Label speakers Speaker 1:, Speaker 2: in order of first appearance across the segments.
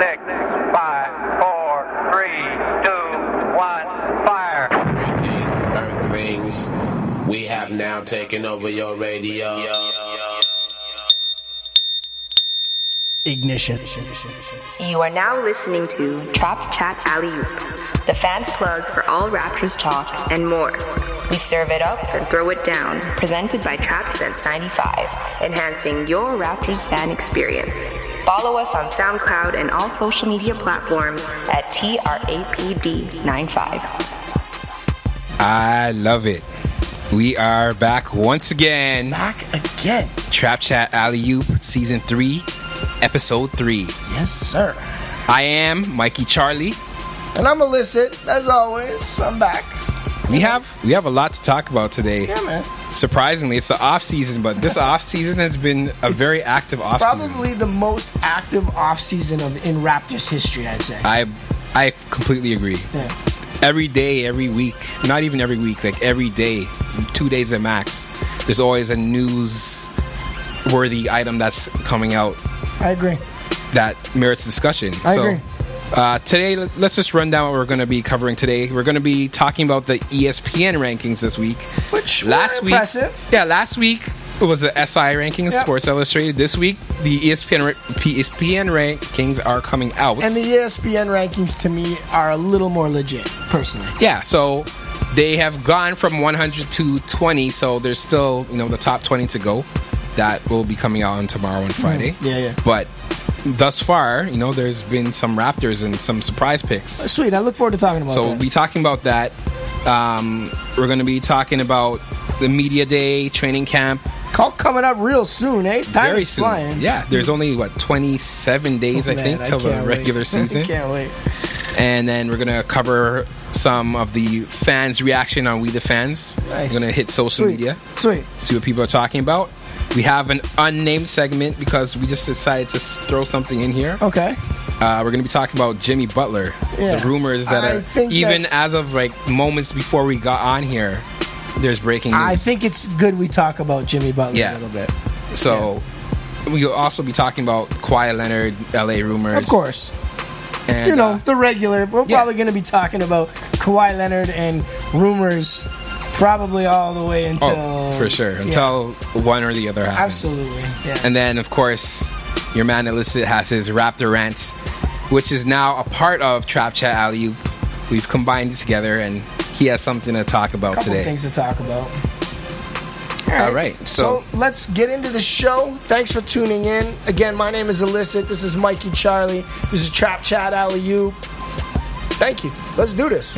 Speaker 1: six, five, four, three, two, one, fire.
Speaker 2: Earthlings, we have now taken over your radio.
Speaker 3: Ignition.
Speaker 4: You are now listening to Trap Chat Alley Oop, the fans' plug for all Raptors talk and more. We serve it up and throw it down. Presented by Trap Sense 95, enhancing your Raptors fan experience. Follow us on SoundCloud and all social media platforms at TRAPD95.
Speaker 5: I love it. We are back once again.
Speaker 3: Back again.
Speaker 5: Trap Chat Alley Oop, Season 3, Episode 3.
Speaker 3: Yes, sir.
Speaker 5: I am Mikey Charlie.
Speaker 3: And I'm illicit, as always. I'm back.
Speaker 5: We have we have a lot to talk about today.
Speaker 3: Yeah, man.
Speaker 5: Surprisingly, it's the off season, but this off season has been a very active off season.
Speaker 3: Probably the most active offseason of in Raptors history, I'd say.
Speaker 5: I I completely agree.
Speaker 3: Yeah.
Speaker 5: Every day, every week, not even every week, like every day, two days at max, there's always a news worthy item that's coming out
Speaker 3: I agree.
Speaker 5: that merits discussion.
Speaker 3: I
Speaker 5: so,
Speaker 3: agree.
Speaker 5: Uh, today, let- let's just run down what we're going to be covering today. We're going to be talking about the E ESPN rankings this week.
Speaker 3: Which were impressive.
Speaker 5: week, yeah, last week it was the SI rankings,
Speaker 3: Yep.
Speaker 5: Sports Illustrated. This week, the E ESPN ra- ESPN rankings are coming out,
Speaker 3: And the E ESPN rankings to me are a little more legit, personally.
Speaker 5: yeah, so they have gone from 100 to 20, so there's still you know the top 20 to go. That will be coming out on tomorrow and Friday.
Speaker 3: Mm-hmm. yeah, yeah.
Speaker 5: But thus far, you know, there's been some Raptors and some surprise picks.
Speaker 3: Sweet. I look forward to talking about
Speaker 5: So
Speaker 3: that.
Speaker 5: we'll be talking about that. Um, we're going to be talking about the media day, training camp.
Speaker 3: Call coming up real soon, eh? Time
Speaker 5: very
Speaker 3: is
Speaker 5: soon.
Speaker 3: flying.
Speaker 5: Yeah, there's only what 27 days I
Speaker 3: Man,
Speaker 5: think till the
Speaker 3: can't wait.
Speaker 5: regular
Speaker 3: I
Speaker 5: season,
Speaker 3: can't wait.
Speaker 5: and then we're gonna cover some of the fans' reaction on We the Fans.
Speaker 3: Nice.
Speaker 5: We're gonna hit social
Speaker 3: Sweet.
Speaker 5: media,
Speaker 3: Sweet.
Speaker 5: see what people are talking about. We have an unnamed segment because we just decided to s- throw something in here.
Speaker 3: Okay.
Speaker 5: Uh, we're going to be talking about Jimmy Butler.
Speaker 3: Yeah.
Speaker 5: The rumors that
Speaker 3: I
Speaker 5: are
Speaker 3: think
Speaker 5: even
Speaker 3: that-
Speaker 5: as of like moments before we got on here, there's breaking news.
Speaker 3: I think it's good we talk about Jimmy Butler
Speaker 5: Yeah.
Speaker 3: a little bit.
Speaker 5: so. We'll also be talking about Kawhi Leonard, LA rumors.
Speaker 3: Of course.
Speaker 5: and,
Speaker 3: you know,
Speaker 5: uh,
Speaker 3: the regular. We're
Speaker 5: yeah.
Speaker 3: probably going to be talking about Kawhi Leonard and rumors probably all the way until.
Speaker 5: oh, for sure.
Speaker 3: Yeah,
Speaker 5: Until one or the other happens.
Speaker 3: absolutely. Yeah.
Speaker 5: And then, of course, your man Illicit has his Raptor rant, which is now a part of Trap Chat Alley. We've combined it together, and he has something to talk about
Speaker 3: couple
Speaker 5: today.
Speaker 3: things to talk about.
Speaker 5: All right, so-
Speaker 3: let's get into the show. Thanks for tuning in. Again, my name is Illicit. This is Mikey Charlie. This is Trap Chat Alley You. Thank you. Let's do this.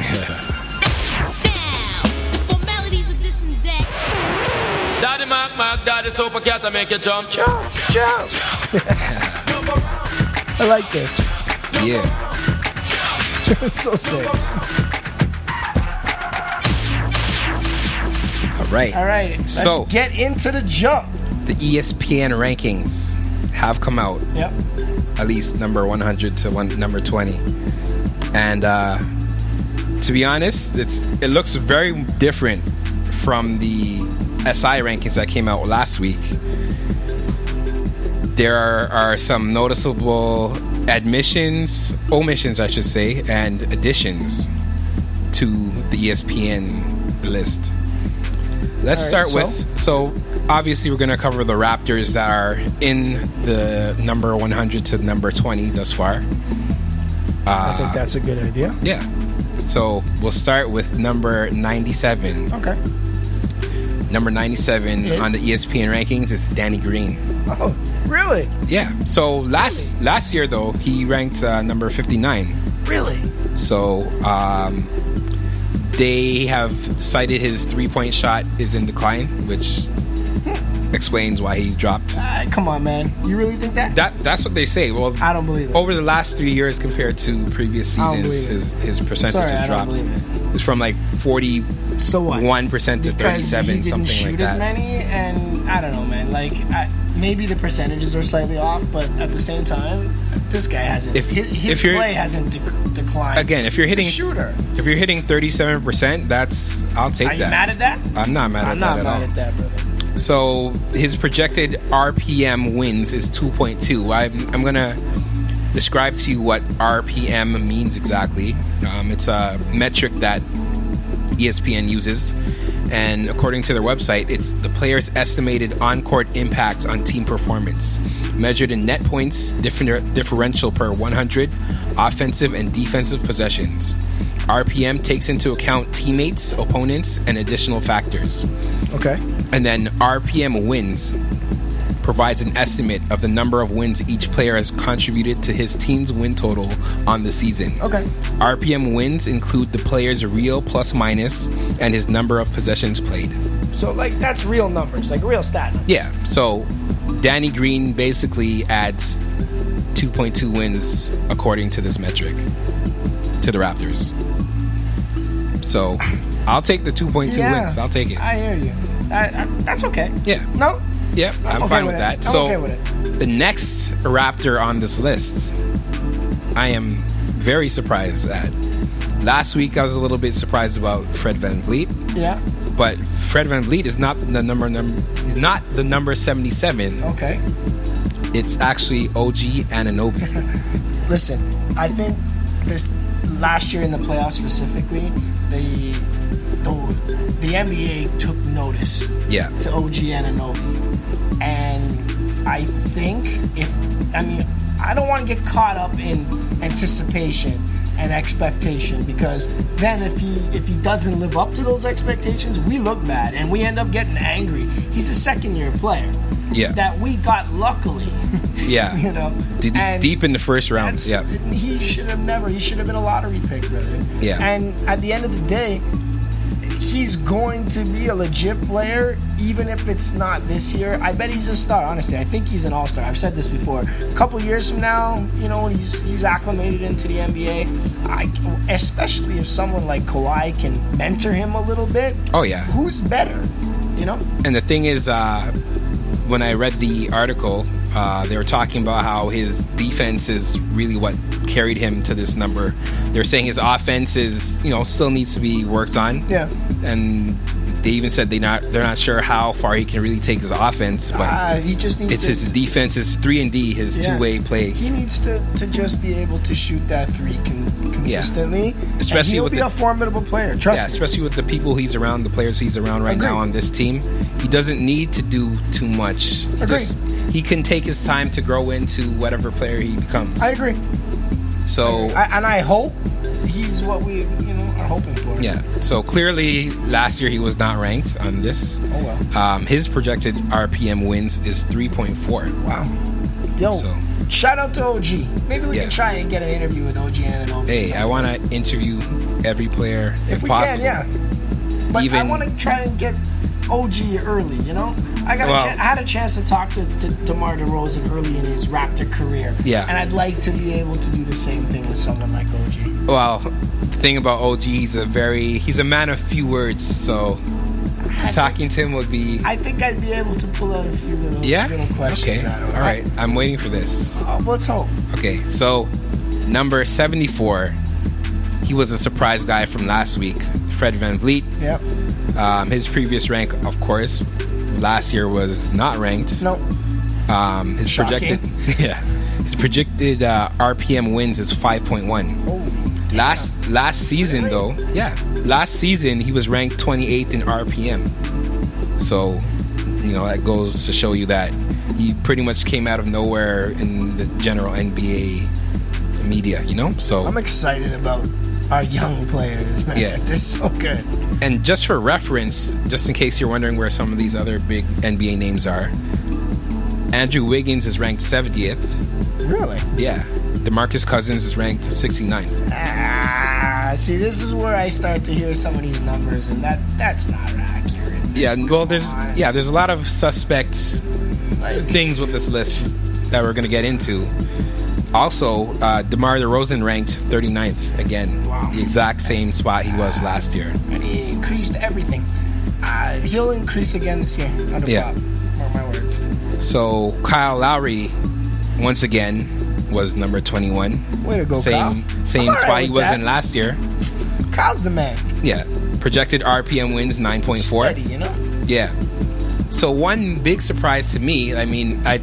Speaker 6: Formalities of this and that.
Speaker 7: Daddy Mac Mac, Daddy Super Cat, I make you jump.
Speaker 3: Ciao, ciao. I like this.
Speaker 5: yeah.
Speaker 3: It's so sick.
Speaker 5: All right.
Speaker 3: All right, let's
Speaker 5: So-
Speaker 3: get into the jump.
Speaker 5: The E ESPN rankings have come out,
Speaker 3: Yep.
Speaker 5: at least number 100 to one, number 20. And uh, to be honest, it's it looks very different from the SI rankings that came out last week. There are, are some noticeable admissions, omissions, I should say, and additions to the E ESPN list. Let's
Speaker 3: All right,
Speaker 5: start
Speaker 3: so?
Speaker 5: with so obviously we're going to cover the Raptors that are in the number 100 to number 20 thus far.
Speaker 3: I think that's a good idea.
Speaker 5: Yeah. So we'll start with number 97.
Speaker 3: Okay.
Speaker 5: Number 97
Speaker 3: Yes.
Speaker 5: on the E ESPN rankings is Danny Green.
Speaker 3: Oh, really?
Speaker 5: Yeah. So last last year though he ranked uh, number 59.
Speaker 3: Really?
Speaker 5: So um, they have cited his three point shot is in decline, which
Speaker 3: Hmm.
Speaker 5: explains why he dropped.
Speaker 3: Ah, come on, man. You really think that?
Speaker 5: That that's what they say. Well,
Speaker 3: I don't believe it.
Speaker 5: over the last three years compared to previous
Speaker 3: I don't
Speaker 5: seasons,
Speaker 3: believe it.
Speaker 5: his, his percentage
Speaker 3: Sorry,
Speaker 5: has
Speaker 3: I don't
Speaker 5: dropped.
Speaker 3: believe
Speaker 5: It's from like forty
Speaker 3: So what?
Speaker 5: one percent to thirty
Speaker 3: because he
Speaker 5: seven,
Speaker 3: didn't
Speaker 5: something
Speaker 3: shoot
Speaker 5: like
Speaker 3: as
Speaker 5: that.
Speaker 3: many, and I don't know, man. Like I, maybe the percentages are slightly off, but at the same time, this guy hasn't.
Speaker 5: If-
Speaker 3: his his
Speaker 5: if you're-
Speaker 3: play hasn't de- declined.
Speaker 5: Again, if you're
Speaker 3: He's a
Speaker 5: hitting
Speaker 3: shooter,
Speaker 5: if you're hitting thirty seven percent, that's I'll take
Speaker 3: are you
Speaker 5: that.
Speaker 3: mad at that?
Speaker 5: I'm not mad at
Speaker 3: I'm not
Speaker 5: that
Speaker 3: mad
Speaker 5: at all.
Speaker 3: at that, brother.
Speaker 5: So his projected RPM wins is 2.2. I'm, I'm gonna describe to you what RPM means exactly. Um, it's a metric that ESPN uses, and according to their website, it's the player's estimated on-court impact on team performance, measured in net points differ- differential per 100 offensive and defensive possessions. RPM takes into account teammates, opponents, and additional factors.
Speaker 3: Okay.
Speaker 5: And then RPM wins provides an estimate of the number of wins each player has contributed to his team's win total on the season.
Speaker 3: Okay.
Speaker 5: RPM wins include the player's real plus minus and his number of possessions played.
Speaker 3: So like that's real numbers, like real stat numbers.
Speaker 5: Yeah. So Danny Green basically adds 2.2 wins according to this metric to the Raptors. So I'll take the 2.2
Speaker 3: Yeah.
Speaker 5: wins. I'll take it.
Speaker 3: I hear you. I, I, that's okay.
Speaker 5: Yeah.
Speaker 3: No.
Speaker 5: Yep, I'm,
Speaker 3: okay
Speaker 5: fine
Speaker 3: with
Speaker 5: with,
Speaker 3: it.
Speaker 5: that.
Speaker 3: I'm
Speaker 5: so
Speaker 3: okay with it.
Speaker 5: the next raptor on this list, I am very surprised at. Last week, I was a little bit surprised about Fred Van Vliet,
Speaker 3: Yeah.
Speaker 5: but Fred Van Vliet is not the number number. He's not the number seventy-seven.
Speaker 3: Okay.
Speaker 5: It's actually OG Ananobi.
Speaker 3: Listen, I think this last year in the playoffs specifically, the the, the NBA took notice
Speaker 5: yeah,
Speaker 3: to OG Ananobi. And I think if I mean I don't want to get caught up in anticipation and expectation because then if he if he doesn't live up to those expectations, we look bad and we end up getting angry. He's a second year player.
Speaker 5: Yeah.
Speaker 3: That we got luckily.
Speaker 5: yeah.
Speaker 3: you know.
Speaker 5: D-
Speaker 3: and
Speaker 5: deep in the first round.
Speaker 3: that's-
Speaker 5: Yeah,
Speaker 3: He should have never. He should have been a lottery pick, brother.
Speaker 5: Yeah.
Speaker 3: And at the end of the day, he's going to be a legit player, even if it's not this year. I bet he's a star. Honestly, I think he's an all star. I've said this before. A couple years from now, you know, when he's he's acclimated into the NBA. I, especially if someone like Kawhi can mentor him a little bit.
Speaker 5: Oh, yeah.
Speaker 3: Who's better? You know.
Speaker 5: And the thing is, uh, when I read the article, uh, they were talking about how his defense is really what carried him to this number. They're saying his offense is, you know, still needs to be worked on.
Speaker 3: Yeah.
Speaker 5: And they even said they not they're not sure how far he can really take his offense, but
Speaker 3: Uh, he just needs
Speaker 5: it's
Speaker 3: to,
Speaker 5: his defense, his three and D, his
Speaker 3: Yeah.
Speaker 5: two way play.
Speaker 3: He needs to, to just be able to shoot that three con- consistently.
Speaker 5: Especially
Speaker 3: and he'll
Speaker 5: with
Speaker 3: be
Speaker 5: the-
Speaker 3: a formidable player. Trust
Speaker 5: Yeah,
Speaker 3: me.
Speaker 5: especially with the people he's around, the players he's around right now
Speaker 3: Agreed.
Speaker 5: on this team. He doesn't need to do too much. He,
Speaker 3: Agreed.
Speaker 5: he can take his time to grow into whatever player he becomes.
Speaker 3: I agree.
Speaker 5: So
Speaker 3: I, and I hope he's what we you know are hoping for.
Speaker 5: yeah, so clearly last year he was not ranked on this.
Speaker 3: Oh, well.
Speaker 5: Um, his projected RPM wins is 3.4.
Speaker 3: Wow. Yo,
Speaker 5: So-
Speaker 3: shout out to OG. Maybe we
Speaker 5: Yeah.
Speaker 3: can try and get an interview with OG and an
Speaker 5: Hey, I want to interview every player if,
Speaker 3: if we can,
Speaker 5: possible.
Speaker 3: yeah. But I
Speaker 5: Even-
Speaker 3: want to try and get OG early. You know, I got.
Speaker 5: Well-
Speaker 3: a chan- I had a chance to talk to, to DeMar DeRozan early in his Raptor career.
Speaker 5: Yeah.
Speaker 3: and I'd like to be able to do the same thing with someone like OG.
Speaker 5: Well, the thing about OG, he's a very he's a man of few words. So talking to him would be
Speaker 3: I think I'd be able to pull out a few little,
Speaker 5: yeah.
Speaker 3: little questions.
Speaker 5: Okay,
Speaker 3: out of it.
Speaker 5: all right. I'm waiting for this.
Speaker 3: Uh, let's hope.
Speaker 5: Okay, so number 74, he was a surprise guy from last week, Fred Van Vliet.
Speaker 3: Yep.
Speaker 5: Um, his previous rank, of course, last year was not ranked.
Speaker 3: No.
Speaker 5: Um, his
Speaker 3: Shocking.
Speaker 5: projected, yeah, his projected uh, RPM wins is 5.1.
Speaker 3: Holy
Speaker 5: Last last season though, yeah, last season he was ranked 28th in RPM. So, you know that goes to show you that he pretty much came out of nowhere in the general NBA media, you know. So
Speaker 3: I'm excited about our young players, man.
Speaker 5: Yeah.
Speaker 3: They're so good.
Speaker 5: And just for reference, just in case you're wondering where some of these other big NBA names are, Andrew Wiggins is ranked 70th.
Speaker 3: Really?
Speaker 5: Yeah. DeMarcus Cousins is ranked 69th.
Speaker 3: Ah, see, this is where I start to hear some of these numbers, and that that's not accurate.
Speaker 5: Yeah, and- well there's yeah, there's a lot of suspect
Speaker 3: Like,
Speaker 5: things with this list that we're going to get into. Also, uh, DeMar DeRozan ranked 39th again.
Speaker 3: Wow.
Speaker 5: The exact same spot he was last year.
Speaker 3: and he increased everything. Uh, he'll increase again this year. Under
Speaker 5: Yeah.
Speaker 3: Bob. Mark my words.
Speaker 5: So, Kyle Lowry once again was number 21.
Speaker 3: Way to go,
Speaker 5: same
Speaker 3: Kyle. I'm
Speaker 5: same
Speaker 3: all right
Speaker 5: spot he
Speaker 3: with
Speaker 5: was
Speaker 3: that.
Speaker 5: in last year.
Speaker 3: Kyle's the man.
Speaker 5: Yeah. Projected RPM wins 9.4.
Speaker 3: Steady, you know?
Speaker 5: Yeah. So one big surprise to me, I mean, I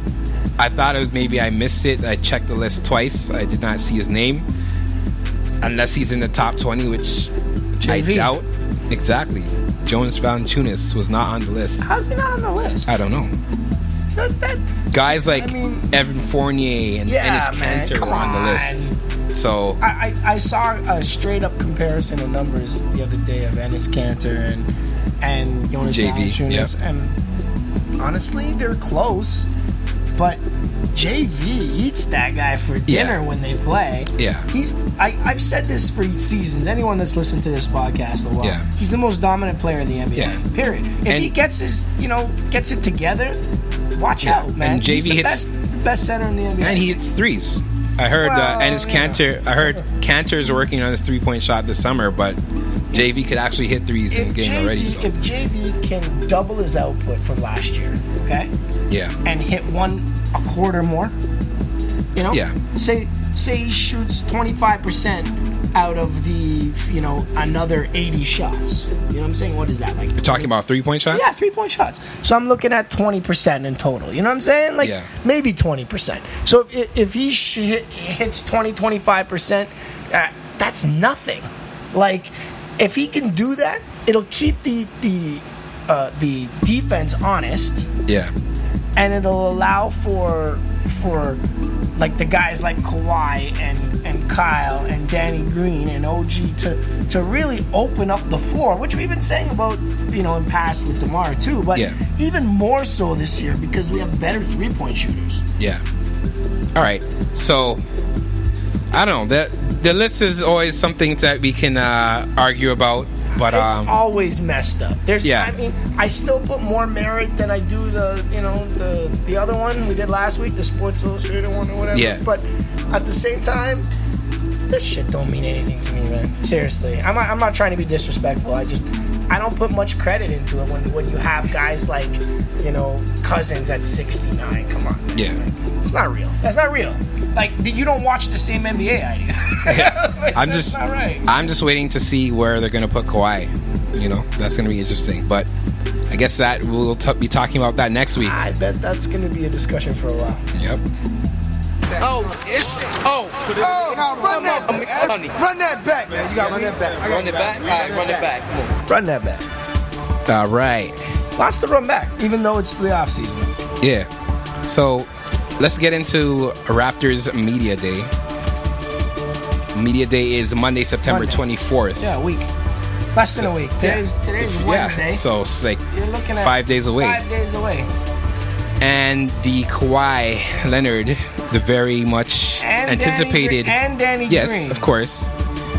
Speaker 5: I thought it was maybe I missed it. I checked the list twice. I did not see his name, unless he's in the top twenty, which I
Speaker 3: JV.
Speaker 5: doubt. Exactly. Jonas Valanciunas was not on the list.
Speaker 3: How's he not on the list?
Speaker 5: I don't know.
Speaker 3: That- that-
Speaker 5: Guys like
Speaker 3: I mean-
Speaker 5: Evan Fournier and
Speaker 3: Yeah,
Speaker 5: Ennis
Speaker 3: man,
Speaker 5: Cantor
Speaker 3: come
Speaker 5: were on the list. So
Speaker 3: I, I, I saw a straight up comparison of numbers the other day of Ennis Cantor and and Jonas
Speaker 5: JV,
Speaker 3: Valanciunas,
Speaker 5: yep.
Speaker 3: and honestly, they're close. But JV eats that guy for
Speaker 5: Yeah.
Speaker 3: dinner when they play.
Speaker 5: Yeah.
Speaker 3: he's I, I've said this for seasons. Anyone that's listened to this podcast a while,
Speaker 5: Yeah.
Speaker 3: he's the most dominant player in the NBA.
Speaker 5: Yeah.
Speaker 3: Period. If
Speaker 5: And-
Speaker 3: he gets his, you know, gets it together, watch
Speaker 5: Yeah.
Speaker 3: out, man.
Speaker 5: And
Speaker 3: He's
Speaker 5: JV
Speaker 3: the
Speaker 5: hits-
Speaker 3: best, the best center in the NBA.
Speaker 5: and he hits threes. I heard
Speaker 3: Well,
Speaker 5: uh, Ennis
Speaker 3: you
Speaker 5: Cantor. I heard Cantor is working on his three point shot this summer, but JV could actually hit threes in the
Speaker 3: if
Speaker 5: game
Speaker 3: JV,
Speaker 5: already. So
Speaker 3: if JV can double his output from last year, okay,
Speaker 5: yeah,
Speaker 3: and hit one a quarter more, you know,
Speaker 5: Yeah.
Speaker 3: Say say he shoots twenty five percent out of the you know another eighty shots. You know what I'm saying? What is that like?
Speaker 5: we're talking about three point shots.
Speaker 3: Yeah, three point shots. So I'm looking at 20% in total. You know what I'm saying? Like
Speaker 5: Yeah.
Speaker 3: maybe 20%. So if, if he sh- hit- hits 20, 25%, uh, that's nothing. Like if he can do that, it'll keep the, the, uh, the defense honest
Speaker 5: yeah,
Speaker 3: and it'll allow for for like the guys like Kawhi and and Kyle and Danny Green and OG to to really open up the floor, which we've been saying about you know in past with Demar too, but
Speaker 5: Yeah.
Speaker 3: even more so this year because we have better three point shooters.
Speaker 5: yeah. All right, so I don't know that the list is always something that we can uh, argue about, but
Speaker 3: It's
Speaker 5: um,
Speaker 3: always messed up. There's,
Speaker 5: Yeah.
Speaker 3: I mean, I still put more merit than I do the, you know, the the other one we did last week, the Sports Illustrated one or whatever.
Speaker 5: Yeah.
Speaker 3: But at the same time, this shit don't mean anything to me, man. Seriously, I'm not, I'm not trying to be disrespectful. I just I don't put much credit into it when when you have guys like, you know, Cousins at 69. Come on, man.
Speaker 5: Yeah.
Speaker 3: It's not real. That's not real. Like you don't watch the same NBA I do. Like,
Speaker 5: I'm
Speaker 3: that's
Speaker 5: just
Speaker 3: not right.
Speaker 5: I'm just waiting to see where they're going to put Kawhi. You know, that's going to be interesting. But I guess that we'll t- be talking about that next week.
Speaker 3: I bet that's going to be a discussion for a while.
Speaker 5: Yep.
Speaker 8: Oh, it's oh. Oh, no, run that, run that back, man. You got to run that back. Run it back. All right, run it back. Come on.
Speaker 3: Run that back.
Speaker 5: All right.
Speaker 3: Lots to run back, even though it's the off season.
Speaker 5: Yeah. So let's get into Raptors Media Day. Media Day is Monday, September
Speaker 3: Monday.
Speaker 5: 24th.
Speaker 3: Yeah, a week. Less than a week. Today's today's Wednesday.
Speaker 5: Yeah. So it's like
Speaker 3: you're looking at
Speaker 5: five days away.
Speaker 3: Five days away.
Speaker 5: and the Kawhi Leonard, the very much
Speaker 3: And Danny
Speaker 5: anticipated.
Speaker 3: Gre- and Danny
Speaker 5: yes,
Speaker 3: Green.
Speaker 5: of course.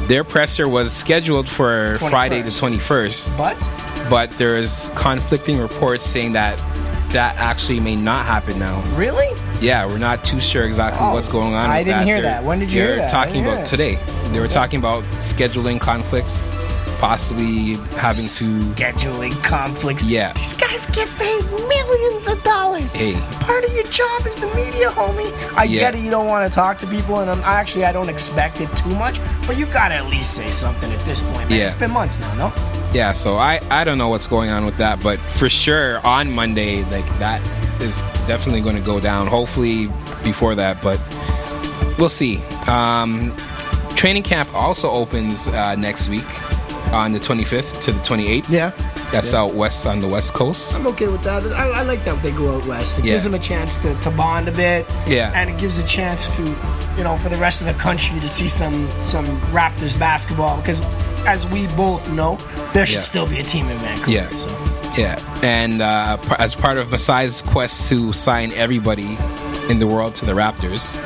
Speaker 5: Their presser was scheduled for Friday the 21st,
Speaker 3: But
Speaker 5: but there is conflicting reports saying that that actually may not happen now.
Speaker 3: really,
Speaker 5: Yeah, we're not too sure exactly
Speaker 3: Oh,
Speaker 5: what's going on.
Speaker 3: I
Speaker 5: with
Speaker 3: didn't
Speaker 5: that.
Speaker 3: hear
Speaker 5: They're-
Speaker 3: that. When did you hear
Speaker 5: They're
Speaker 3: that? I
Speaker 5: talking
Speaker 3: didn't hear
Speaker 5: about
Speaker 3: that.
Speaker 5: today. They were talking about scheduling conflicts, possibly having to.
Speaker 3: scheduling conflicts.
Speaker 5: Yeah.
Speaker 3: These guys get paid millions of dollars.
Speaker 5: Hey.
Speaker 3: Part of your job is the media, homie. I
Speaker 5: Yeah.
Speaker 3: get it. You don't want to talk to people, and I'm actually I don't expect it too much. But you gotta at least say something at this point, man.
Speaker 5: Yeah.
Speaker 3: It's been months now, no?
Speaker 5: Yeah, so I I don't know what's going on with that, but for sure on Monday, like that is definitely going to go down. Hopefully before that, but we'll see. Um, training camp also opens uh, next week on the 25th to the 28th. That's out west on the west coast.
Speaker 3: I'm okay with that. I, I like that they go out west. It
Speaker 5: Yeah.
Speaker 3: gives them a chance to, to bond a bit.
Speaker 5: Yeah.
Speaker 3: And it gives a chance to, you know, for the rest of the country to see some some Raptors basketball because, as we both know, there should
Speaker 5: Yeah.
Speaker 3: still be a team in Vancouver.
Speaker 5: Yeah.
Speaker 3: So.
Speaker 5: Yeah, and uh, p- as part of Masai's quest to sign everybody in the world to the Raptors,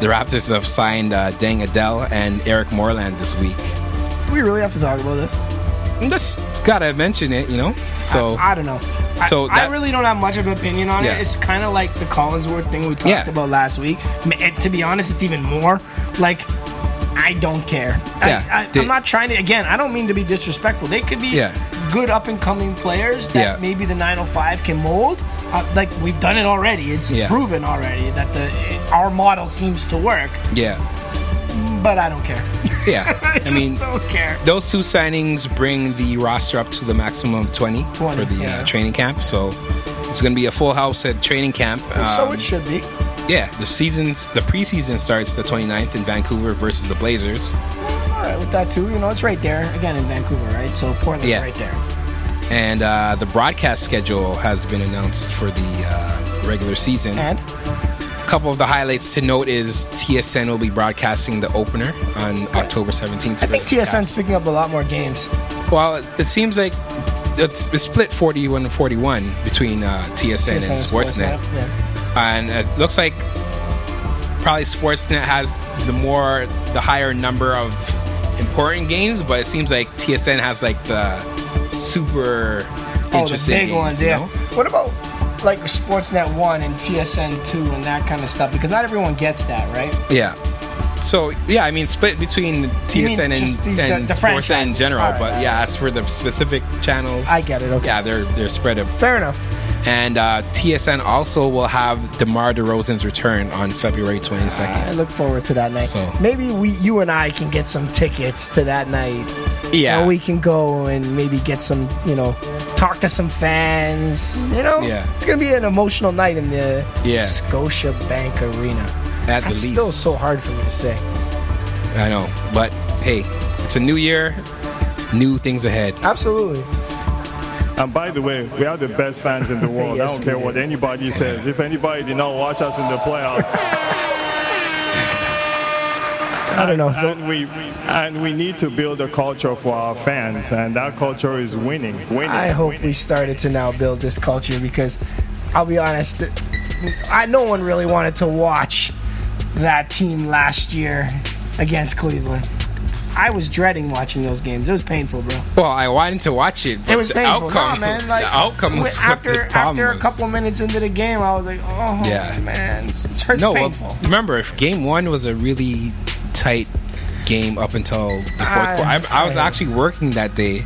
Speaker 5: the Raptors have signed uh, Dang Adele and Eric Moreland this week.
Speaker 3: We really have to talk about this.
Speaker 5: And That's gotta mention it, you know. So
Speaker 3: I don't know. I-
Speaker 5: So
Speaker 3: I,
Speaker 5: that-
Speaker 3: really don't have much of an opinion on
Speaker 5: Yeah.
Speaker 3: it. It's kind of like the Collinsworth thing we talked
Speaker 5: Yeah.
Speaker 3: about last week. M- and to be honest, it's even more like. I don't care. I-
Speaker 5: Yeah,
Speaker 3: I,
Speaker 5: they-
Speaker 3: am not trying to. Again, I don't mean to be disrespectful. They could be
Speaker 5: Yeah.
Speaker 3: good up and coming players that
Speaker 5: Yeah.
Speaker 3: maybe the 905 can mold. Uh, like we've done it already. It's
Speaker 5: Yeah.
Speaker 3: proven already that the eh, our model seems to work.
Speaker 5: yeah,
Speaker 3: But I don't care.
Speaker 5: yeah.
Speaker 3: I,
Speaker 5: I
Speaker 3: just
Speaker 5: mean,
Speaker 3: don't care.
Speaker 5: those two signings bring the roster up to the maximum of 20,
Speaker 3: 20,
Speaker 5: for the
Speaker 3: yeah.
Speaker 5: uh, training camp. So It's going to be a full house at training camp.
Speaker 3: And so
Speaker 5: Um,
Speaker 3: it should be.
Speaker 5: yeah, the seasons, the preseason starts the 29th in Vancouver versus the Blazers.
Speaker 3: All right, with that too, you know, it's right there again in Vancouver, right? So Portland's
Speaker 5: Yeah.
Speaker 3: right there.
Speaker 5: And uh, the broadcast schedule has been announced for the uh, regular season.
Speaker 3: And
Speaker 5: A couple of the highlights to note is TSN will be broadcasting the opener on October 17th.
Speaker 3: I think
Speaker 5: versus the
Speaker 3: TSN's picking up a lot more games.
Speaker 5: Cavs. Well, it, it seems like it's, it's split 41 to 41 between uh, TSN, and Sportsnet.
Speaker 3: Yeah.
Speaker 5: and it looks like probably Sportsnet has the more the higher number of important games, but it seems like TSN has like the super
Speaker 3: Oh, the
Speaker 5: interesting
Speaker 3: big
Speaker 5: games,
Speaker 3: ones,
Speaker 5: you
Speaker 3: yeah.
Speaker 5: know?
Speaker 3: What about like Sportsnet One and TSN Two and that kind of stuff? Because not everyone gets that, right?
Speaker 5: Yeah. So yeah, I mean, split between TSN and,
Speaker 3: just the-
Speaker 5: and
Speaker 3: the- the
Speaker 5: Sportsnet in
Speaker 3: franchises.
Speaker 5: general,
Speaker 3: All right, all
Speaker 5: but
Speaker 3: right.
Speaker 5: yeah, as for the specific channels,
Speaker 3: I get it, okay.
Speaker 5: Yeah, they're they're spread of
Speaker 3: Fair enough.
Speaker 5: and uh, TSN also will have DeMar DeRozan's return on February twenty
Speaker 3: I
Speaker 5: second.
Speaker 3: look forward to that night.
Speaker 5: So-
Speaker 3: Maybe we, you and I, can get some tickets to that night.
Speaker 5: yeah,
Speaker 3: Or we can go and maybe get some, you know, talk to some fans. You know,
Speaker 5: Yeah.
Speaker 3: it's gonna be an emotional night in the
Speaker 5: Yeah.
Speaker 3: Scotia Bank Arena.
Speaker 5: at
Speaker 3: That's
Speaker 5: the least.
Speaker 3: still so hard for me to say.
Speaker 5: I know, but hey, it's a new year, new things ahead.
Speaker 3: Absolutely.
Speaker 9: And by the way, we are the best fans in the world.
Speaker 3: Yes,
Speaker 9: I don't
Speaker 3: we
Speaker 9: care
Speaker 3: do.
Speaker 9: what anybody says. If anybody did not watch us in the playoffs,
Speaker 3: I don't know.
Speaker 9: and we and we need to build a culture for our fans, and that culture is winning. Winning.
Speaker 3: I hope we started to now build this culture because I'll be honest, I no one really wanted to watch that team last year against Cleveland. I was dreading watching those games. It was painful, bro.
Speaker 5: Well, I wanted to watch it, but
Speaker 3: It was
Speaker 5: the
Speaker 3: painful.
Speaker 5: outcome,
Speaker 3: Nah, man. Like,
Speaker 5: the outcome was what
Speaker 3: after
Speaker 5: the problem
Speaker 3: after a
Speaker 5: was.
Speaker 3: couple minutes into the game, I was like, oh
Speaker 5: Yeah.
Speaker 3: man, it's, it's
Speaker 5: No,
Speaker 3: painful.
Speaker 5: well, remember, if game one was a really tight game up until the fourth
Speaker 3: I-
Speaker 5: quarter. I, I was
Speaker 3: I-
Speaker 5: actually working that day,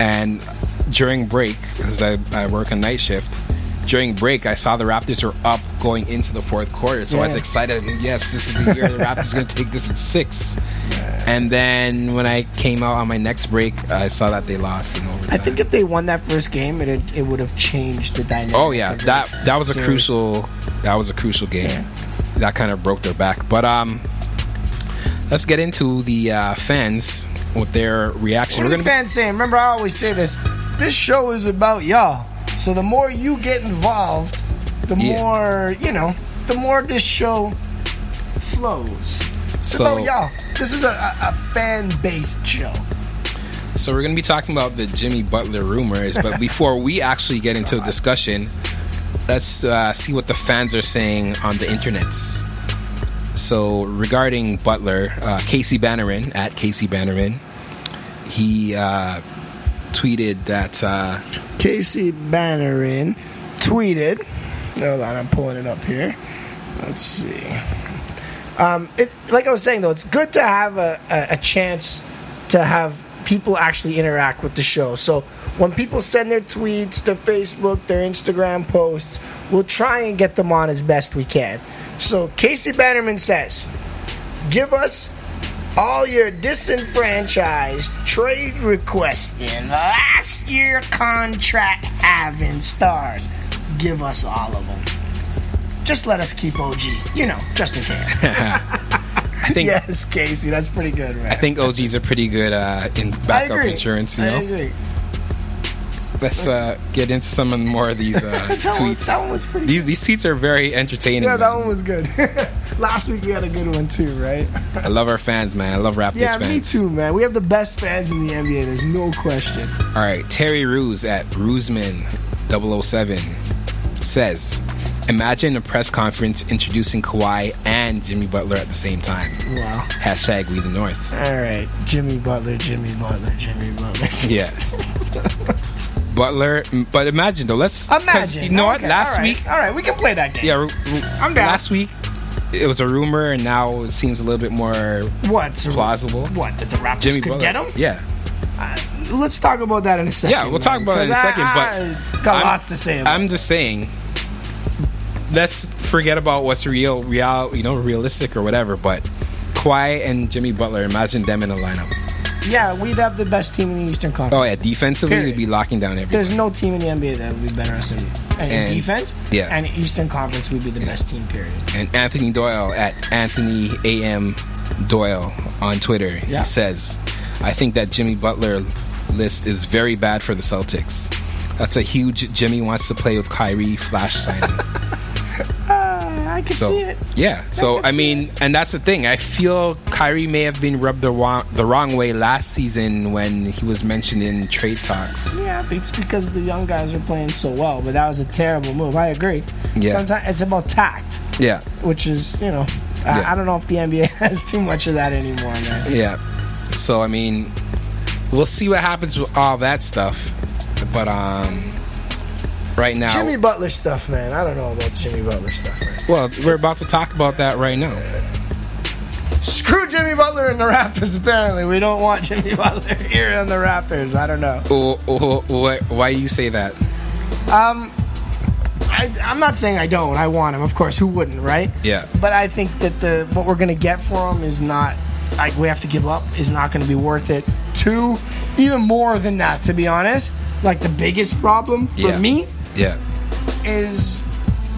Speaker 5: and during break, because I, I work a night shift. During break, I saw the Raptors were up going into the fourth quarter, so I was
Speaker 3: Yeah.
Speaker 5: excited. Yes, this is the year the Raptors going to take this at six. And then when I came out on my next break, I saw that they lost in overtime.
Speaker 3: I think if they won that first game, it it would have changed the dynamic.
Speaker 5: Oh yeah,
Speaker 3: of the
Speaker 5: that that was a
Speaker 3: series.
Speaker 5: crucial that was a crucial game.
Speaker 3: Yeah.
Speaker 5: That kind of broke their back. But um, let's get into the uh, fans with their reaction.
Speaker 3: What are the
Speaker 5: gonna
Speaker 3: fans saying? Remember, I always say this: this show is about y'all. So the more you get involved, the
Speaker 5: Yeah.
Speaker 3: more you know. The more this show flows. It's
Speaker 5: So-
Speaker 3: about y'all. This is a, a, a fan-based show.
Speaker 5: be, so we're gonna be talking about the Jimmy Butler rumors. But before we actually get into a discussion, let's uh, see what the fans are saying on the internets. So regarding Butler, uh, Casey Bannerin at Casey Bannerin, he uh, tweeted that. Uh,
Speaker 3: Casey Bannerin tweeted. Hold on, I'm pulling it up here. Let's see. Um, it, like I was saying, though, it's good to have a, a, a chance to have people actually interact with the show. So when people send their tweets, their Facebook, their Instagram posts, we'll try and get them on as best we can. So Casey Bannerman says, give us all your disenfranchised, trade requesting, last year contract having stars. Give us all of them. Just let us keep OG, you know, just in case.
Speaker 5: I think
Speaker 3: yes, Casey, that's pretty good, man.
Speaker 5: I think OG's a pretty good uh, in backup insurance. You
Speaker 3: I
Speaker 5: know,
Speaker 3: agree.
Speaker 5: let's uh, get into some of more of these uh,
Speaker 3: That one,
Speaker 5: tweets.
Speaker 3: that one was pretty.
Speaker 5: these these tweets are very entertaining.
Speaker 3: yeah, that
Speaker 5: man.
Speaker 3: one was good. Last week we had a good one too, right?
Speaker 5: I love our fans, man. I love Raptors
Speaker 3: Yeah,
Speaker 5: fans.
Speaker 3: me too, man. We have the best fans in the NBA. There's no question.
Speaker 5: All right, Terry Ruse at Ruseman007 says, "Imagine a press conference introducing Kawhi and Jimmy Butler at the same time."
Speaker 3: Wow.
Speaker 5: Hashtag We the North.
Speaker 3: All right, Jimmy Butler, Jimmy Butler, Jimmy Butler.
Speaker 5: Yeah. Butler, but imagine though. Let's 'cause
Speaker 3: Imagine.
Speaker 5: You know what?
Speaker 3: Okay,
Speaker 5: Last
Speaker 3: all right,
Speaker 5: week,
Speaker 3: All right, we can play that game.
Speaker 5: Yeah, ru- ru-
Speaker 3: I'm down.
Speaker 5: Last week, it was a rumor, and now it seems a little bit more
Speaker 3: What?
Speaker 5: plausible.
Speaker 3: What? That the Raptors
Speaker 5: Jimmy
Speaker 3: could
Speaker 5: Butler.
Speaker 3: get him?
Speaker 5: Yeah,
Speaker 3: Let's talk about that in a second.
Speaker 5: yeah, we'll talk about it in a second. but
Speaker 3: I got
Speaker 5: I'm-
Speaker 3: lots to say about
Speaker 5: I'm just saying. Let's forget about what's real, real, you know, realistic or whatever. But Kawhi and Jimmy Butler, imagine them in a lineup.
Speaker 3: it. yeah, we'd have the best team in the Eastern Conference.
Speaker 5: Oh yeah, defensively
Speaker 3: Period.
Speaker 5: we'd be locking down
Speaker 3: There's
Speaker 5: everybody.
Speaker 3: no team in the NBA that would be better than and in
Speaker 5: And-
Speaker 3: defense.
Speaker 5: yeah.
Speaker 3: And Eastern Conference would be the best team. Period.
Speaker 5: And Anthony Doyle at Anthony AM Doyle on Twitter
Speaker 3: Yeah.
Speaker 5: says, "I think that Jimmy Butler list is very bad for the Celtics. That's a huge Jimmy wants to play with Kyrie flash signing."
Speaker 3: Uh, I can
Speaker 5: So
Speaker 3: see it.
Speaker 5: yeah, so
Speaker 3: can
Speaker 5: I
Speaker 3: see
Speaker 5: mean, and that's the thing. I feel Kyrie may have been rubbed the wrong, the wrong way last season when he was mentioned in trade talks.
Speaker 3: Yeah, it's because the young guys are playing so well, but that was a terrible move. I agree.
Speaker 5: Yeah.
Speaker 3: Sometimes it's about tact,
Speaker 5: Yeah,
Speaker 3: which is you know, I,
Speaker 5: Yeah.
Speaker 3: I don't know if the NBA has too much of that anymore, man.
Speaker 5: yeah. So I mean, we'll see what happens with all that stuff. But um, right now,
Speaker 3: Jimmy Butler stuff, man. I don't know about the Jimmy Butler stuff. Man.
Speaker 5: well, we're about to talk about that right now.
Speaker 3: Screw Jimmy Butler and the Raptors. Apparently, we don't want Jimmy Butler here in the Raptors. I don't know.
Speaker 5: Oh, oh, wh- why you say that?
Speaker 3: I, I'm not saying I don't. I want him, of course. Who wouldn't, right?
Speaker 5: Yeah.
Speaker 3: But I think that the what we're gonna get for him is not like we have to give up is not gonna be worth it. Two, even more than that, to be honest. Like the biggest problem for
Speaker 5: Yeah.
Speaker 3: me
Speaker 5: Yeah,
Speaker 3: is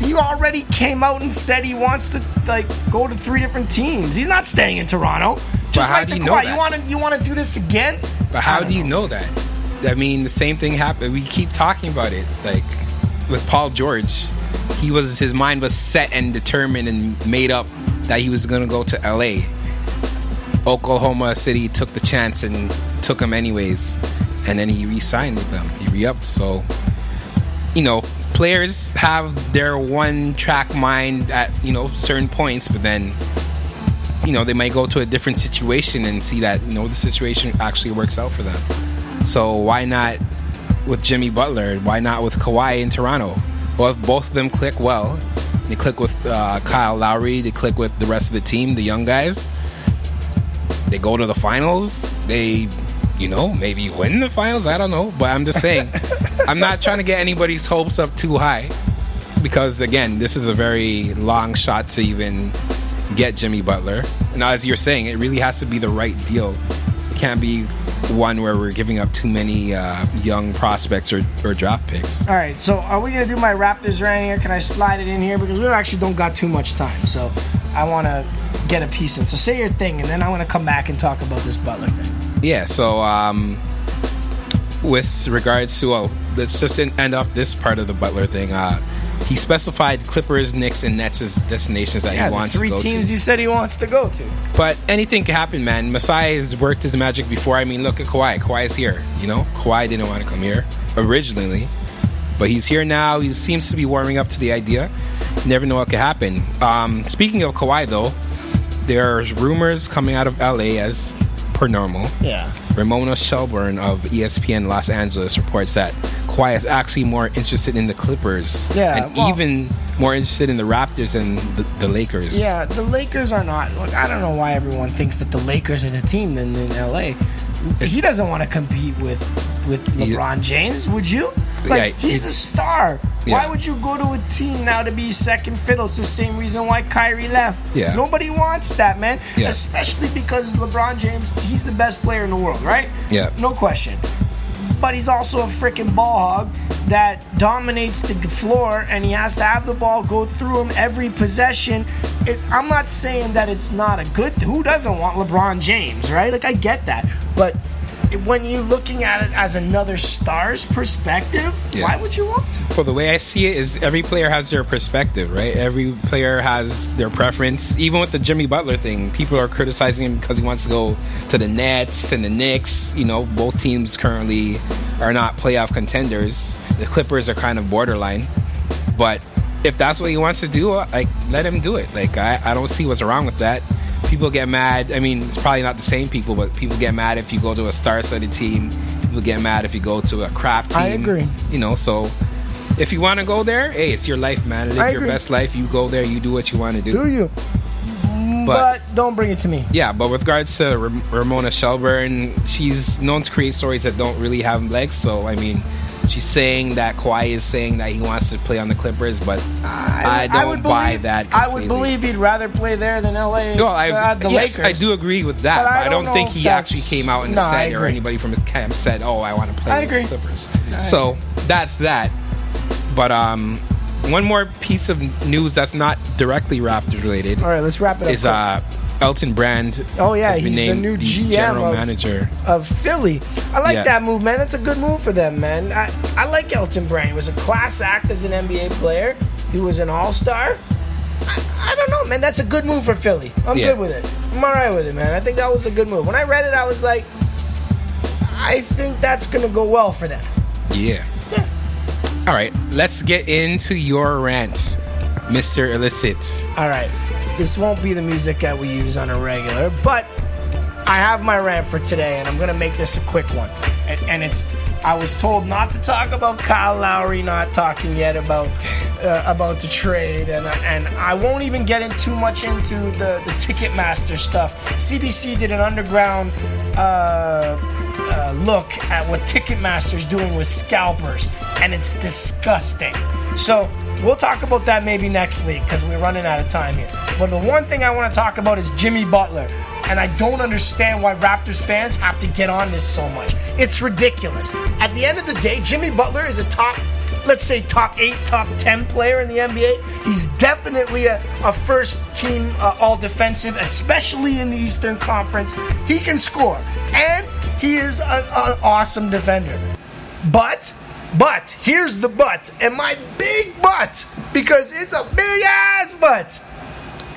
Speaker 3: he already came out and said he wants to like go to three different teams. He's not staying in Toronto. Just
Speaker 5: how
Speaker 3: like
Speaker 5: do
Speaker 3: the
Speaker 5: you know
Speaker 3: Kawhi.
Speaker 5: that?
Speaker 3: You want to you want to do this again?
Speaker 5: but
Speaker 3: I
Speaker 5: how
Speaker 3: don't
Speaker 5: do you
Speaker 3: know.
Speaker 5: know that? I mean, the same thing happened. We keep talking about it, like with Paul George. He was his mind was set and determined and made up that he was going to go to L.A. Oklahoma City took the chance and took him anyways, and then he re-signed with them. He re-upped. So, you know, players have their one-track mind at you know certain points, but then you know they might go to a different situation and see that you know the situation actually works out for them. So why not with Jimmy Butler? Why not with Kawhi in Toronto? Well, if both of them click well, they click with uh, Kyle Lowry, they click with the rest of the team, the young guys. They go to the finals. They, you know, maybe win the finals. I don't know, but I'm just saying, I'm not trying to get anybody's hopes up too high because again, this is a very long shot to even get Jimmy Butler. Now, as you're saying, it really has to be the right deal. It can't be one where we're giving up too many uh, young prospects or, or draft picks.
Speaker 3: All right, so are we gonna do my Raptors right here? Can I slide it in here because we don't- actually don't got too much time, so I want to get a piece in. So say your thing, and then I want to come back and talk about this Butler thing.
Speaker 5: Yeah. So, um, with regards to oh, let's just en- end off this part of the Butler thing. Uh, he specified Clippers, Knicks, and Nets as destinations that
Speaker 3: Yeah,
Speaker 5: he
Speaker 3: the
Speaker 5: wants
Speaker 3: three
Speaker 5: to go
Speaker 3: teams
Speaker 5: to.
Speaker 3: he said he wants to go to.
Speaker 5: But anything can happen, man. Masai has worked his magic before. I mean, look at Kawhi. Kawhi is here. You know, Kawhi didn't want to come here originally, but he's here now. He seems to be warming up to the idea. You never know what could happen. Um, speaking of Kawhi, though, there's rumors coming out of LA as per normal.
Speaker 3: Yeah.
Speaker 5: Ramona Shelburne of E ESPN Los Angeles reports that Kawhi is actually more interested in the Clippers,
Speaker 3: Yeah,
Speaker 5: and
Speaker 3: well-
Speaker 5: even more interested in the Raptors than the, the Lakers.
Speaker 3: Yeah, the Lakers are not. Look, I don't know why everyone thinks that the Lakers are the team in, in LA. He doesn't want to compete with with
Speaker 5: He-
Speaker 3: LeBron James, would you? Like
Speaker 5: Yeah,
Speaker 3: he's
Speaker 5: he-
Speaker 3: a star. Why
Speaker 5: Yeah.
Speaker 3: would you go to a team now to be second fiddle? It's the same reason why Kyrie left.
Speaker 5: Yeah.
Speaker 3: Nobody wants that, man.
Speaker 5: Yeah.
Speaker 3: Especially because LeBron James, he's the best player in the world, right?
Speaker 5: Yeah.
Speaker 3: No question but he's also a freaking ball hog that dominates the floor and he has to have the ball go through him every possession. It, I'm not saying that it's not a good who doesn't want LeBron James, right? Like I get that. But when you're looking at it as another star's perspective,
Speaker 5: Yeah.
Speaker 3: why would you want to?
Speaker 5: Well, the way I see it is every player has their perspective, right? Every player has their preference. Even with the Jimmy Butler thing, people are criticizing him because he wants to go to the Nets and the Knicks. You know, both teams currently are not playoff contenders. The Clippers are kind of borderline. But if that's what he wants to do, like, let him do it. Like, I, I don't see what's wrong with that. People get mad. I mean, it's probably not the same people, but people get mad if you go to a star-studded team. People get mad if you go to a crap team.
Speaker 3: I agree.
Speaker 5: You know, so if you want to go there, hey, it's your life, man. Live
Speaker 3: I
Speaker 5: your
Speaker 3: agree.
Speaker 5: best life. You go there, you do what you want to do.
Speaker 3: you?
Speaker 5: But-
Speaker 3: But, don't bring it to me.
Speaker 5: Yeah, but with regards to Ram- Ramona Shelburne, she's known to create stories that don't really have legs. So I mean, She's saying that Kawhi is saying that he wants to play on the Clippers, but I, don't
Speaker 3: would
Speaker 5: buy
Speaker 3: believe,
Speaker 5: that.
Speaker 3: I would
Speaker 5: completely.
Speaker 3: believe he'd rather play there than LA.
Speaker 5: No, I,
Speaker 3: uh, the
Speaker 5: yes,
Speaker 3: Lakers.
Speaker 5: I do agree with that,
Speaker 3: But
Speaker 5: but
Speaker 3: I
Speaker 5: I don't,
Speaker 3: don't
Speaker 5: think
Speaker 3: know
Speaker 5: he
Speaker 3: if
Speaker 5: actually
Speaker 3: that's-
Speaker 5: came out and
Speaker 3: No, I
Speaker 5: said, or
Speaker 3: agree.
Speaker 5: anybody from his camp said, "Oh, I want to play
Speaker 3: I
Speaker 5: with
Speaker 3: agree.
Speaker 5: the Clippers." so that's that. But um, one more piece of news that's not directly Raptors related
Speaker 3: All right, let's wrap it up.
Speaker 5: is uh, Elton Brand.
Speaker 3: Oh, yeah,
Speaker 5: has been
Speaker 3: he's the
Speaker 5: named
Speaker 3: new GM
Speaker 5: general
Speaker 3: of-
Speaker 5: manager.
Speaker 3: of Philly. I like
Speaker 5: Yeah.
Speaker 3: that move, man. That's a good move for them, man. I, I like Elton Brand. He was a class act as an NBA player. He was an all star. I, I don't know, man. That's a good move for Philly. I'm
Speaker 5: Yeah.
Speaker 3: good with it. I'm all right with it, man. I think that was a good move. When I read it, I was like, I think that's gonna go well for them.
Speaker 5: Yeah. All right, let's get into your rants, Mister Illicit.
Speaker 3: All right. This won't be the music that we use on a regular, but I have my rant for today, and I'm going to make this a quick one. And, and it's, I was told not to talk about Kyle Lowry, not talking yet about uh, about the trade, and and I won't even get in too much into the the Ticketmaster stuff. CBC did an underground. Uh, uh, look at what Ticketmaster's doing with scalpers, and it's disgusting. So we'll talk about that maybe next week because we're running out of time here. But the one thing I want to talk about is Jimmy Butler, and I don't understand why Raptors fans have to get on this so much. It's ridiculous. At the end of the day, Jimmy Butler is a top let's say top eight, top ten player in the NBA. He's definitely a, a first team uh, all defensive, especially in the Eastern Conference. He can score, and he is an awesome defender. But, but, here's the but, and my big but, because it's a big ass but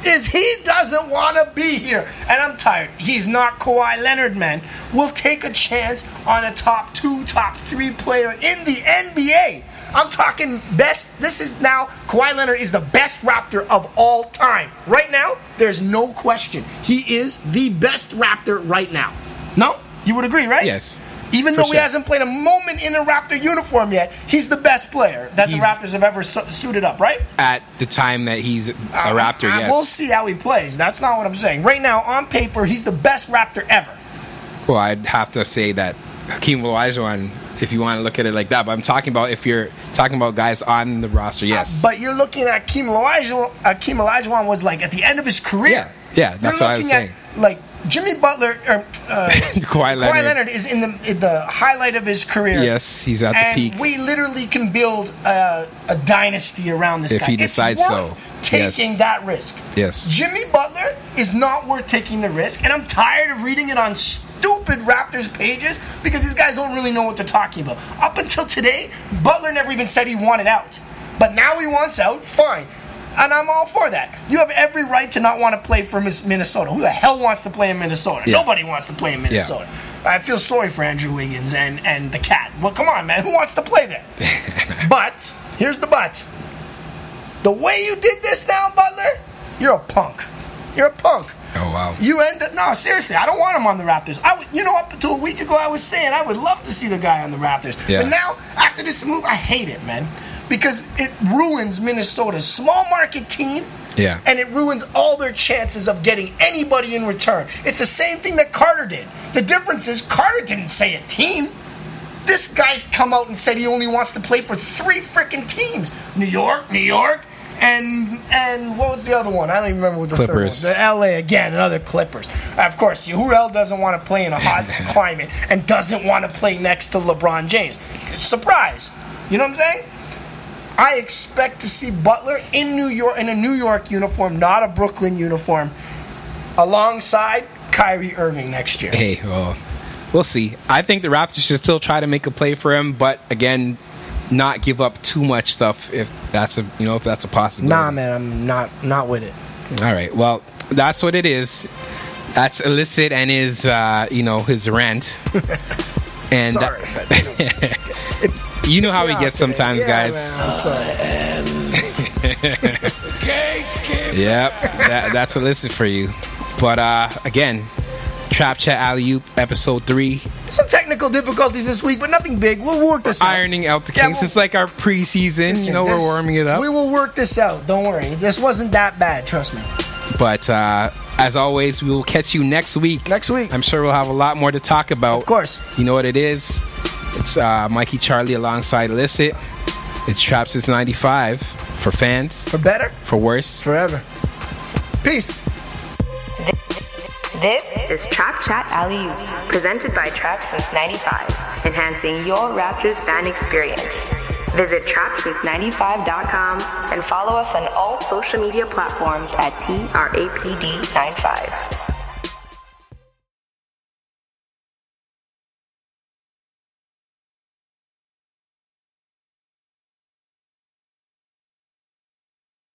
Speaker 3: is he doesn't want to be here. And I'm tired. He's not Kawhi Leonard, man. We'll take a chance on a top two, top three player in the NBA. I'm talking best. This is now, Kawhi Leonard is the best Raptor of all time. Right now, there's no question. He is the best Raptor right now. No? You would agree, right?
Speaker 5: Yes.
Speaker 3: Even
Speaker 5: For
Speaker 3: though he
Speaker 5: sure.
Speaker 3: hasn't played a moment in a Raptor uniform yet, he's the best player that
Speaker 5: He's-
Speaker 3: the Raptors have ever su- suited up, right?
Speaker 5: At the time that he's a Raptor,
Speaker 3: Uh, I-
Speaker 5: yes.
Speaker 3: We'll see how he plays. That's not what I'm saying. Right now, on paper, he's the best Raptor ever.
Speaker 5: Well, I'd have to say that Hakeem Olajuwon, if you want to look at it like that. But I'm talking about if you're talking about guys on the roster, yes.
Speaker 3: But you're looking at uh, Akeem Olajuwon. Akeem Olajuwon was like at the end of his career.
Speaker 5: Yeah. Yeah, that's
Speaker 3: you're
Speaker 5: what I
Speaker 3: looking
Speaker 5: was saying.
Speaker 3: At, like Jimmy Butler or uh,
Speaker 5: Kawhi Leonard.
Speaker 3: Kawhi Leonard is in the in the highlight of his career.
Speaker 5: Yes, he's at the
Speaker 3: and
Speaker 5: peak.
Speaker 3: We literally can build a, a dynasty around this
Speaker 5: If
Speaker 3: guy
Speaker 5: he
Speaker 3: It's
Speaker 5: decides
Speaker 3: worth
Speaker 5: so. Yes.
Speaker 3: Taking that risk.
Speaker 5: Yes.
Speaker 3: Jimmy Butler is not worth taking the risk, and I'm tired of reading it on stupid Raptors pages because these guys don't really know what they're talking about. Up until today, Butler never even said he wanted out, but now he wants out. Fine. And I'm all for that. You have every right to not want to play for Miss Minnesota. Who the hell wants to play in Minnesota?
Speaker 5: Yeah.
Speaker 3: Nobody wants to play in Minnesota. I feel sorry for Andrew Wiggins and, and the cat. Well, come on, man. Who wants to play there? but, here's the but. The way you did this now, Butler, you're a punk. You're a punk.
Speaker 5: Oh, wow.
Speaker 3: You end up no, seriously. I don't want him on the Raptors. I would, you know, up until a week ago, I was saying I would love to see the guy on the Raptors.
Speaker 5: Yeah.
Speaker 3: But now, after this move, I hate it, man, because it ruins Minnesota's small market team.
Speaker 5: Yeah.
Speaker 3: And it ruins all their chances of getting anybody in return. It's the same thing that Carter did. The difference is Carter didn't say a team. This guy's come out and said he only wants to play for three freaking teams: New York, New York, and and what was the other one? I don't even remember what the
Speaker 5: Clippers.
Speaker 3: third one. The LA again, another Clippers. Of course, who else doesn't want to play in a hot climate and doesn't want to play next to LeBron James? Surprise! You know what I'm saying? I expect to see Butler in New York in a New York uniform, not a Brooklyn uniform, alongside Kyrie Irving next year.
Speaker 5: hey, well, we'll see. I think the Raptors should still try to make a play for him, but again, not give up too much stuff if that's a you know if that's a possibility.
Speaker 3: Nah, man, I'm not not with it.
Speaker 5: All right. Well, that's what it is. That's illicit and his, uh, you know, his rant. and uh,
Speaker 3: Sorry,
Speaker 5: you know how he
Speaker 3: Yeah,
Speaker 5: gets
Speaker 3: today.
Speaker 5: sometimes,
Speaker 3: Yeah,
Speaker 5: guys.
Speaker 3: man, uh, I'm sorry.
Speaker 5: Yep, that, that's illicit for you. But uh, again, Trap Chat Alley Oop, episode three,
Speaker 3: Some technical difficulties this week, but nothing big. We'll work this out.
Speaker 5: ironing out the
Speaker 3: Yeah,
Speaker 5: kinks.
Speaker 3: well,
Speaker 5: it's like our preseason.
Speaker 3: listen,
Speaker 5: you know, we're
Speaker 3: this-
Speaker 5: warming it up.
Speaker 3: We will work this out. Don't worry. This wasn't that bad. Trust me.
Speaker 5: But uh, as always, we will catch you next week.
Speaker 3: Next week.
Speaker 5: I'm sure we'll have a lot more to talk about.
Speaker 3: Of course.
Speaker 5: You know what it is. It's uh, Mikey Charlie alongside Illicit. It's Trap Since 95 for fans,
Speaker 3: For better,
Speaker 5: for worse.
Speaker 3: forever. Peace.
Speaker 4: This is Trap Chat Alley Oop, presented by Trap Since 95, enhancing your Raptors fan experience. Visit trapsince95.com and follow us on all social media platforms at TRAPD95.